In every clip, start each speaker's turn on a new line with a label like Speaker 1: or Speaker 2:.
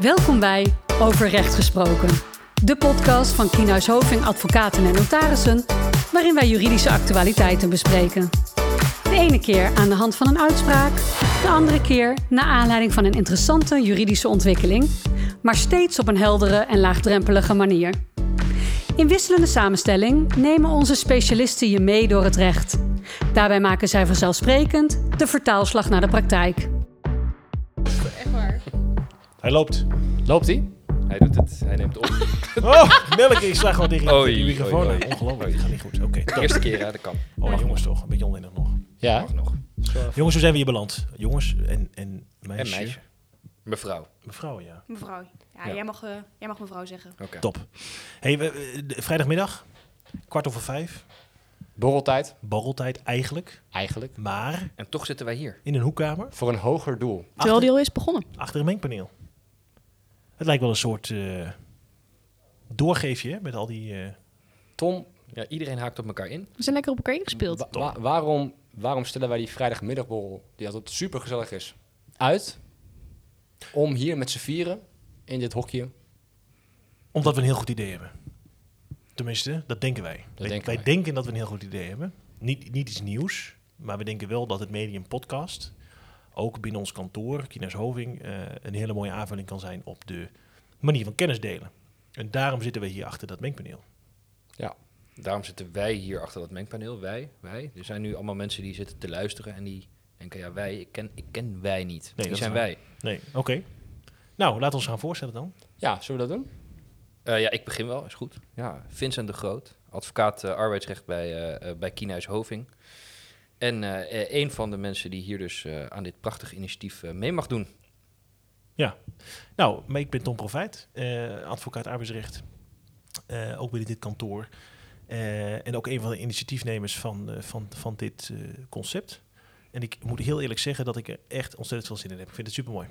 Speaker 1: Welkom bij Over Recht Gesproken, de podcast van Kienhuis Hoving Advocaten en Notarissen, waarin wij juridische actualiteiten bespreken. De ene keer aan de hand van een uitspraak, de andere keer naar aanleiding van een interessante juridische ontwikkeling, maar steeds op een heldere en laagdrempelige manier. In wisselende samenstelling nemen onze specialisten je mee door het recht. Daarbij maken zij vanzelfsprekend de vertaalslag naar de praktijk.
Speaker 2: Echt waar.
Speaker 3: Hij loopt.
Speaker 4: Loopt hij? Hij doet het. Hij neemt op.
Speaker 3: Oh, melk, ik slag al tegen
Speaker 4: Oei,
Speaker 3: tegen de microfoon.
Speaker 4: oei, oei.
Speaker 3: aan. Ongelooflijk, dit gaat niet goed. Oké,
Speaker 4: De
Speaker 3: dan.
Speaker 4: eerste keer aan de kant.
Speaker 3: Oh, jongens toch, een beetje onwennig nog.
Speaker 4: Mag nog.
Speaker 3: Jongens, hoe zijn we hier beland? Jongens en, en
Speaker 4: En
Speaker 3: meisjes.
Speaker 4: meisje. Mevrouw.
Speaker 3: Mevrouw, ja.
Speaker 2: Mevrouw. Ja,
Speaker 4: Ja.
Speaker 2: Jij, mag, eh, jij mag mevrouw zeggen.
Speaker 4: Oké.
Speaker 3: Top. hey, we- we- de- vrijdagmiddag, kwart over vijf.
Speaker 5: Borreltijd,
Speaker 3: Borreltijd eigenlijk,
Speaker 5: eigenlijk,
Speaker 3: maar
Speaker 4: En toch zitten wij hier.
Speaker 3: in een hoekkamer.
Speaker 5: voor een hoger doel.
Speaker 2: Terwijl
Speaker 3: Achter,
Speaker 2: die al is begonnen.
Speaker 3: achter een mengpaneel. Het lijkt wel een soort eh, doorgeefje hè, met al die... eh,
Speaker 5: Tom,
Speaker 4: Ja, iedereen haakt op elkaar in.
Speaker 2: We zijn lekker op elkaar ingespeeld.
Speaker 5: wa- wa- waarom, waarom stellen wij die vrijdagmiddagborrel, die altijd supergezellig is, uit om hier met z'n vieren in dit hokje?
Speaker 3: Omdat we een heel goed idee hebben. Tenminste, dat denken wij. wij,
Speaker 5: denken
Speaker 3: wij
Speaker 5: wij.
Speaker 3: denken dat we een heel goed idee hebben. Niet, niet iets nieuws, maar we denken wel dat het medium podcast, ook binnen ons kantoor, Kina's Hoving, eh, een hele mooie aanvulling kan zijn op de manier van kennis delen. En daarom zitten we hier achter dat mengpaneel.
Speaker 4: Daarom zitten wij hier achter dat mengpaneel. Wij, wij. Er zijn nu allemaal mensen die zitten te luisteren en die denken, ja, wij, ik ken, ik ken wij niet.
Speaker 3: dat
Speaker 4: Wie
Speaker 3: is
Speaker 4: zijn
Speaker 3: waar.
Speaker 4: wij?
Speaker 3: Nee, oké. Nou, laten we ons gaan voorstellen dan.
Speaker 5: Ja, zullen we dat doen?
Speaker 4: Eh, ja, ik begin wel, is goed. Ja, Vincent de Groot, advocaat eh, arbeidsrecht bij, eh eh bij Kienhuis Hoving. En eh, eh, een van de mensen die hier dus eh, aan dit prachtig initiatief eh, mee mag doen.
Speaker 3: Nou, maar ik ben Tom Profijt, eh, advocaat arbeidsrecht, eh, ook binnen dit kantoor. Eh, en ook een van de initiatiefnemers van, eh, van, van dit eh, concept. En ik moet heel eerlijk zeggen dat ik er echt ontzettend veel zin in heb. Ik vind het supermooi.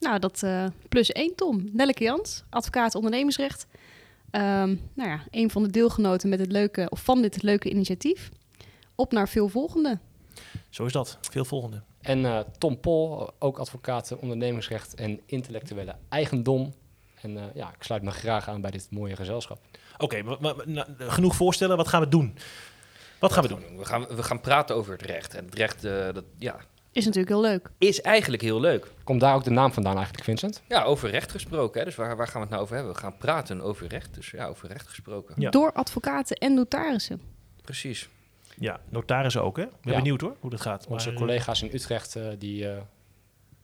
Speaker 2: Nou, dat eh, plus één Tom. Nelleke Jans, advocaat ondernemersrecht. Ehm, nou ja, een van de deelgenoten met het leuke, of van dit leuke initiatief. Op naar veel volgende.
Speaker 3: Zo is dat. Veel volgende.
Speaker 5: En eh, Tom Pol, ook advocaat eh, ondernemingsrecht en intellectuele eigendom. En eh, ja, ik sluit me graag aan bij dit mooie gezelschap.
Speaker 3: Oké, maar, maar- maar- nou, genoeg voorstellen. Wat gaan we doen? Wat gaan we doen?
Speaker 4: We gaan, we gaan praten over het recht. En het recht, eh, dat ja,
Speaker 2: Is natuurlijk heel leuk.
Speaker 4: is eigenlijk heel leuk.
Speaker 5: Komt daar ook de naam vandaan eigenlijk, Vincent?
Speaker 4: Ja, over recht gesproken. Hè? Dus waar, waar gaan we het nou over hebben? We gaan praten over recht. Dus ja, over recht gesproken.
Speaker 3: Ja.
Speaker 2: Door advocaten en notarissen.
Speaker 4: Precies.
Speaker 3: Ja, notarissen ook, hè? Ik ben
Speaker 5: Ja.
Speaker 3: benieuwd hoor, hoe dat gaat.
Speaker 5: Onze
Speaker 3: Maar, eh,
Speaker 5: collega's in Utrecht, eh, die, eh,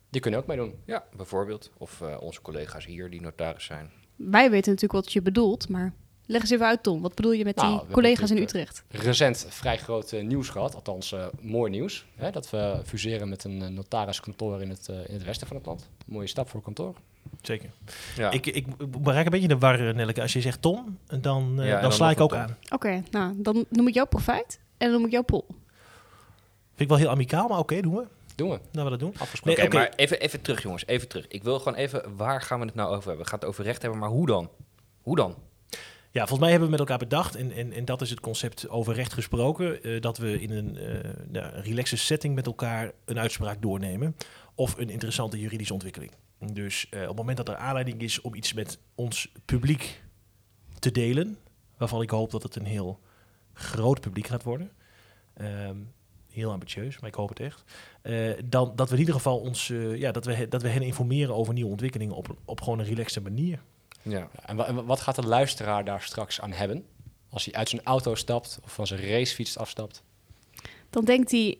Speaker 5: die kunnen ook meedoen.
Speaker 4: Ja, bijvoorbeeld. Of eh, onze collega's hier die notaris zijn.
Speaker 2: Wij weten natuurlijk wat je bedoelt, maar leg eens even uit Tom. Wat bedoel je met
Speaker 5: Nou, we
Speaker 2: die
Speaker 5: hebben
Speaker 2: collega's in
Speaker 5: natuurlijk,
Speaker 2: Utrecht?
Speaker 5: recent vrij groot eh, nieuws gehad. Althans, eh, mooi nieuws. Hè, dat we fuseren met een eh, notariskantoor in het, eh, in het westen van het land. mooie stap voor kantoor.
Speaker 3: Zeker.
Speaker 4: Ja.
Speaker 3: Ik, ik, ik bereik een beetje de war, eh, Nelleke. Als je zegt Tom, dan, eh,
Speaker 4: Ja, en
Speaker 3: dan
Speaker 4: dan
Speaker 3: sla
Speaker 4: nog
Speaker 3: ik
Speaker 4: een
Speaker 3: ook
Speaker 4: Tom.
Speaker 3: aan.
Speaker 2: Oké, nou, dan noem ik jou profijt en dan noem ik jou Pol.
Speaker 3: Vind ik wel heel amicaal, maar oké, doen we.
Speaker 5: Doen we.
Speaker 3: Laten we dat doen.
Speaker 5: Afgesproken.
Speaker 3: Nee,
Speaker 4: Oké,
Speaker 3: oké.
Speaker 4: maar even, even terug jongens. Even terug. Ik wil gewoon even, waar gaan we het nou over hebben? We gaan het over recht hebben, maar hoe dan? Hoe dan?
Speaker 3: Ja, volgens mij hebben we met elkaar bedacht, en, en, en dat is het concept over recht gesproken, eh, dat we in een eh nou, een relaxe setting met elkaar een uitspraak doornemen of een interessante juridische ontwikkeling. Dus eh, op het moment dat er aanleiding is om iets met ons publiek te delen, waarvan ik hoop dat het een heel groot publiek gaat worden, ehm, heel ambitieus, maar ik hoop het echt, eh, dan dat we in ieder geval ons, eh, ja, dat we, he- dat we hen informeren over nieuwe ontwikkelingen op, op gewoon een relaxte manier.
Speaker 4: Ja.
Speaker 5: En, wa- en wa- wat gaat de luisteraar daar straks aan hebben? Als hij uit zijn auto stapt of van zijn racefiets afstapt.
Speaker 2: Dan denkt hij,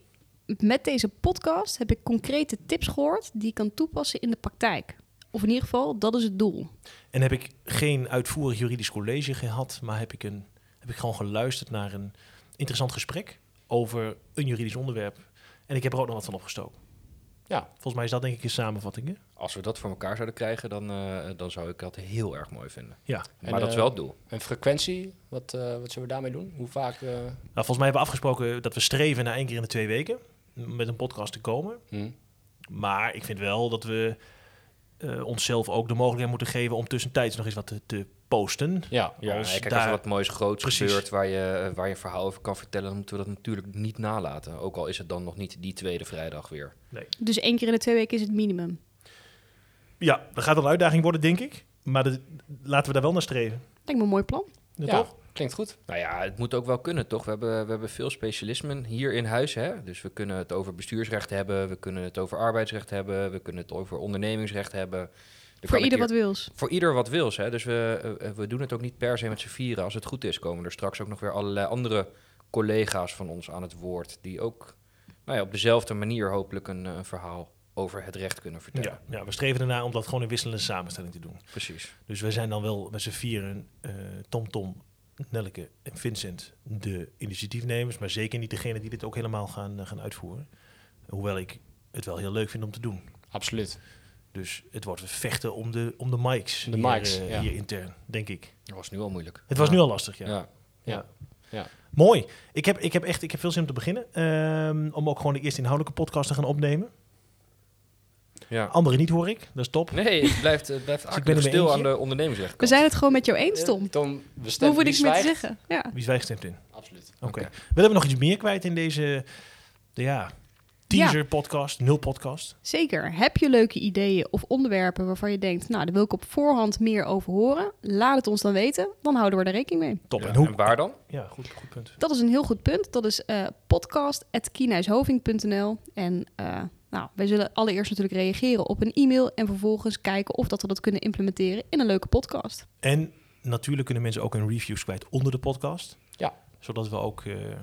Speaker 2: met deze podcast heb ik concrete tips gehoord die ik kan toepassen in de praktijk. Of in ieder geval, dat is het doel.
Speaker 3: En heb ik geen uitvoerig juridisch college gehad, maar heb ik, een, heb ik gewoon geluisterd naar een interessant gesprek over een juridisch onderwerp. En ik heb er ook nog wat van opgestoken.
Speaker 5: Ja.
Speaker 3: Volgens mij is dat denk ik een samenvatting. hè?
Speaker 4: Als we dat voor elkaar zouden krijgen, dan, eh, dan zou ik dat heel erg mooi vinden.
Speaker 3: Ja.
Speaker 4: Maar
Speaker 5: En,
Speaker 4: dat is
Speaker 5: eh,
Speaker 4: wel het doel.
Speaker 5: Een frequentie, wat, eh, wat zullen we daarmee doen? Hoe vaak? eh,
Speaker 3: Nou, volgens mij hebben we afgesproken dat we streven naar één keer in de twee weken m- met een podcast te komen.
Speaker 5: hm?
Speaker 3: Maar ik vind wel dat we eh, onszelf ook de mogelijkheid moeten geven om tussentijds nog eens wat te, te posten.
Speaker 5: Ja,
Speaker 4: Ja,
Speaker 3: Als
Speaker 4: kijk, als
Speaker 3: daar-
Speaker 4: er wat moois groots
Speaker 3: Precies.
Speaker 4: gebeurt waar je, waar je een verhaal over kan vertellen, dan moeten we dat natuurlijk niet nalaten. Ook al is het dan nog niet die tweede vrijdag weer.
Speaker 2: Dus één keer in de twee weken is het minimum.
Speaker 3: Ja, dat gaat een uitdaging worden, denk ik. Maar dat- laten we daar wel naar streven.
Speaker 2: Lijkt me een mooi plan.
Speaker 3: Ja,
Speaker 5: Ja,
Speaker 3: toch?
Speaker 5: klinkt goed.
Speaker 4: Nou ja, het moet ook wel kunnen, toch? We hebben, we hebben veel specialismen hier in huis. Hè? Dus we kunnen het over bestuursrecht hebben, we kunnen het over arbeidsrecht hebben, we kunnen het over ondernemingsrecht hebben. Er kan
Speaker 2: Voor
Speaker 4: een
Speaker 2: ieder
Speaker 4: keer-
Speaker 2: wat wils.
Speaker 4: Voor ieder wat wils. Hè? Dus we, eh, eh, we doen het ook niet per se met z'n vieren. Als het goed is, komen er straks ook nog weer allerlei andere collega's van ons aan het woord. Die ook nou ja, op dezelfde manier hopelijk een, eh, een verhaal over het recht kunnen vertellen.
Speaker 3: Ja, ja, we streven ernaar om dat gewoon in wisselende samenstelling te doen.
Speaker 4: Precies.
Speaker 3: Dus wij zijn dan wel met z'n vieren, eh, Tom Tom, Nelke en Vincent, de initiatiefnemers. Maar zeker niet degene die dit ook helemaal gaan, eh, gaan uitvoeren. Hoewel ik het wel heel leuk vind om te doen.
Speaker 5: Absoluut.
Speaker 3: Dus het wordt vechten om de, om de mics,
Speaker 5: De
Speaker 3: hier,
Speaker 5: mics,
Speaker 3: eh,
Speaker 5: ja.
Speaker 3: hier intern, denk ik.
Speaker 4: Dat was nu al moeilijk.
Speaker 3: Het was
Speaker 5: Ja.
Speaker 3: nu al lastig, ja.
Speaker 4: Ja.
Speaker 3: Mooi. Ik heb, ik heb echt ik heb veel zin om te beginnen. Ehm, om ook gewoon de eerste inhoudelijke podcast te gaan opnemen.
Speaker 4: ja.
Speaker 3: Anderen niet hoor ik, dat is top.
Speaker 4: Nee, het blijft, het blijft
Speaker 3: Dus ik ben
Speaker 4: akelig
Speaker 3: er mee
Speaker 4: stil aan
Speaker 3: eentje.
Speaker 4: de ondernemingsrecht.
Speaker 2: We zijn het gewoon met jou eens, Tom.
Speaker 5: Eh, Tom, we
Speaker 2: Hoe
Speaker 5: stemmen.
Speaker 2: moet
Speaker 5: Wie
Speaker 2: ik meer te
Speaker 5: zwijgt?
Speaker 2: zeggen? Ja.
Speaker 3: Wie zwijgt stemt in.
Speaker 5: Absoluut.
Speaker 3: Oké.
Speaker 4: Oké.
Speaker 3: Willen we nog iets meer kwijt in deze ja, teaser-podcast, nul-podcast?
Speaker 2: Zeker. Heb je leuke ideeën of onderwerpen waarvan je denkt, nou, daar wil ik op voorhand meer over horen? Laat het ons dan weten, dan houden we er rekening mee.
Speaker 3: Top.
Speaker 4: Ja,
Speaker 3: en hoe?
Speaker 4: en waar dan?
Speaker 3: Ja, goed, goed punt.
Speaker 2: Dat is een heel goed punt. Dat is eh podcast.kienhuishoving.nl. En eh, nou, wij zullen allereerst natuurlijk reageren op een e-mail en vervolgens kijken of dat we dat kunnen implementeren in een leuke podcast.
Speaker 3: En natuurlijk kunnen mensen ook hun reviews kwijt onder de podcast.
Speaker 5: Ja.
Speaker 3: Zodat we ook, eh, eh,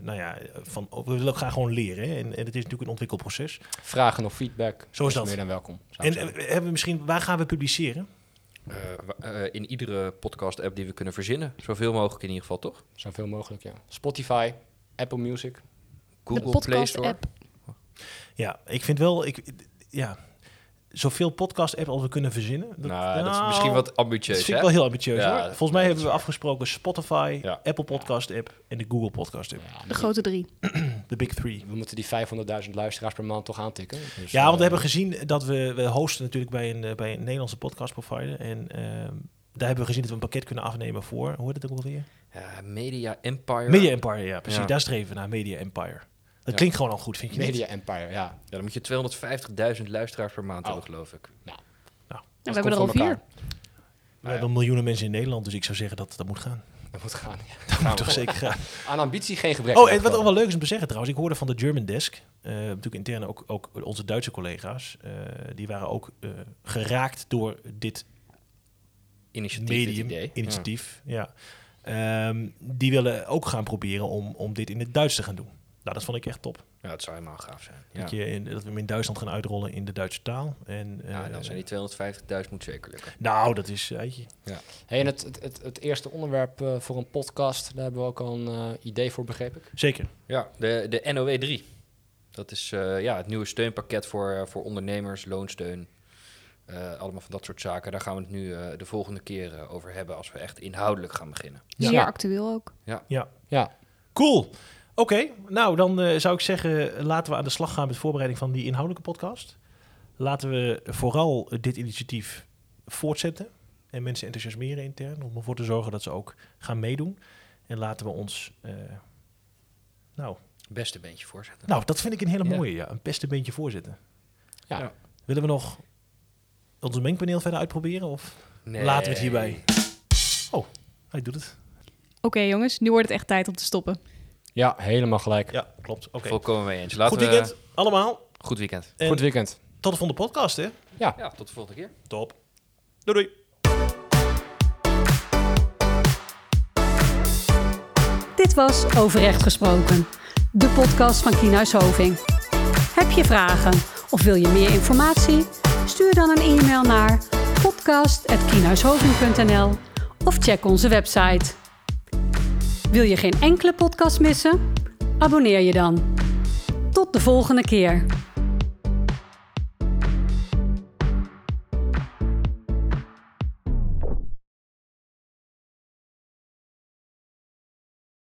Speaker 3: nou ja, van, we willen ook graag gewoon leren. Hè? En, en het is natuurlijk een ontwikkelproces.
Speaker 5: Vragen of feedback.
Speaker 3: Zo is dat.
Speaker 5: Meer dan welkom. zou ik
Speaker 3: En
Speaker 5: zeggen.
Speaker 3: eh, hebben we misschien, waar gaan we publiceren?
Speaker 4: Eh, wa- eh, in iedere podcast-app die we kunnen verzinnen. Zoveel mogelijk in ieder geval, toch?
Speaker 5: Zoveel mogelijk, ja. Spotify, Apple Music.
Speaker 4: Google
Speaker 2: de
Speaker 4: Play Store.
Speaker 2: podcast-app.
Speaker 3: Ja, ik vind wel, ik, ja, zoveel podcast-app als we kunnen verzinnen. Dat,
Speaker 4: nou, dat is
Speaker 3: nou,
Speaker 4: misschien wat
Speaker 3: Dat
Speaker 4: ambitieus,
Speaker 3: vind ik
Speaker 4: hè?
Speaker 3: wel heel ambitieus
Speaker 4: Ja,
Speaker 3: hoor.
Speaker 4: dat-
Speaker 3: Volgens
Speaker 4: dat
Speaker 3: mij
Speaker 4: is
Speaker 3: hebben we
Speaker 4: waar.
Speaker 3: afgesproepl Spotify,
Speaker 4: Ja.
Speaker 3: Apple Podcast app en de Google Podcast app.
Speaker 5: Ja,
Speaker 2: De grote drie.
Speaker 3: De big
Speaker 4: Dus,
Speaker 3: three.
Speaker 5: we moeten die 500.000 luisteraars per maand toch aantikken. Dus,
Speaker 3: Ja, want
Speaker 5: eh,
Speaker 3: we hebben gezien dat we, we hosten natuurlijk bij een, eh, bij een Nederlandse podcast provider. En ehm, daar hebben we gezien dat we een pakket kunnen afnemen voor, hoe heet het ook alweer?
Speaker 4: Ja, Media Empire.
Speaker 3: Media Empire, ja precies.
Speaker 4: Ja.
Speaker 3: Daar streven we naar, Media Empire. Dat
Speaker 5: Ja.
Speaker 3: klinkt gewoon al goed, vind je niet?
Speaker 5: Media Empire, ja.
Speaker 4: Ja, dan moet je 250.000 luisteraars per maand
Speaker 5: Oh.
Speaker 4: hebben, geloof ik.
Speaker 2: we
Speaker 5: Dat
Speaker 2: hebben
Speaker 5: komt
Speaker 2: er al
Speaker 5: voor elkaar.
Speaker 2: vier.
Speaker 3: We hebben miljoenen mensen in Nederland, dus ik zou zeggen dat dat moet gaan.
Speaker 5: Dat moet gaan. ja.
Speaker 3: Dat moet toch zeker gaan.
Speaker 5: Aan ambitie geen gebrek.
Speaker 3: Oh,
Speaker 5: in
Speaker 3: en
Speaker 5: ieder
Speaker 3: wat ook
Speaker 5: geval.
Speaker 3: wel leuk is om te zeggen trouwens, ik hoorde van de German Desk, eh, natuurlijk intern ook, ook onze Duitse collega's, eh, die waren ook eh, geraakt door dit
Speaker 4: Initiatief, dit
Speaker 3: medium,
Speaker 4: idee.
Speaker 3: initiatief. Ja. Ehm, die willen ook gaan proberen om, om dit in het Duits te gaan doen. Nou, dat vond ik echt top.
Speaker 4: Ja, dat zou helemaal gaaf zijn. Ja.
Speaker 3: Dat, je in, dat we hem in Duitsland gaan uitrollen in de Duitse taal. En, eh,
Speaker 4: Ja, dan zijn die 250.000 moet zeker lukken.
Speaker 3: Nou, dat is... Eitje.
Speaker 5: Hey, en het, het, het, het eerste onderwerp eh, voor een podcast, daar hebben we ook al een eh, idee voor, begreep ik.
Speaker 3: Zeker.
Speaker 4: Ja, de, de NOE 3. Dat is eh, ja, het nieuwe steunpakket voor, eh, voor ondernemers, loonsteun. eh, allemaal van dat soort zaken. Daar gaan we het nu eh, de volgende keer eh, over hebben als we echt inhoudelijk gaan beginnen.
Speaker 3: Ja.
Speaker 2: Zeer actueel ook.
Speaker 5: Ja,
Speaker 3: Cool. Oké, nou dan eh, zou ik zeggen, laten we aan de slag gaan met voorbereiding van die inhoudelijke podcast. Laten we vooral dit initiatief voortzetten en mensen enthousiasmeren intern om ervoor te zorgen dat ze ook gaan meedoen. En laten we ons, eh, nou,
Speaker 4: Beste beentje voorzetten.
Speaker 3: nou, dat vind ik een hele
Speaker 4: Ja.
Speaker 3: mooie, ja. een beste beentje voorzitten.
Speaker 5: Ja.
Speaker 4: Ja.
Speaker 3: Willen we nog ons mengpaneel verder uitproberen of
Speaker 4: Nee.
Speaker 3: laten we het hierbij? Oh, hij doet het.
Speaker 2: Oké jongens, nu wordt het echt tijd om te stoppen.
Speaker 5: ja helemaal gelijk.
Speaker 3: Ja, klopt. Oké.
Speaker 4: Volkomen mee eens. Laten
Speaker 3: Goed weekend
Speaker 4: We,
Speaker 3: allemaal.
Speaker 4: goed weekend.
Speaker 3: En
Speaker 5: Goed weekend.
Speaker 3: tot de volgende podcast, hè?
Speaker 4: Ja, tot de volgende keer.
Speaker 3: Top. Doei doei.
Speaker 1: Dit was Overrecht Gesproken, de podcast van Kienhuis Hoving. Heb je vragen of wil je meer informatie? Stuur dan een e-mail naar podcast.kienhuishoving.nl of check onze website. Wil je geen enkele podcast missen? Abonneer je dan. Tot de volgende keer.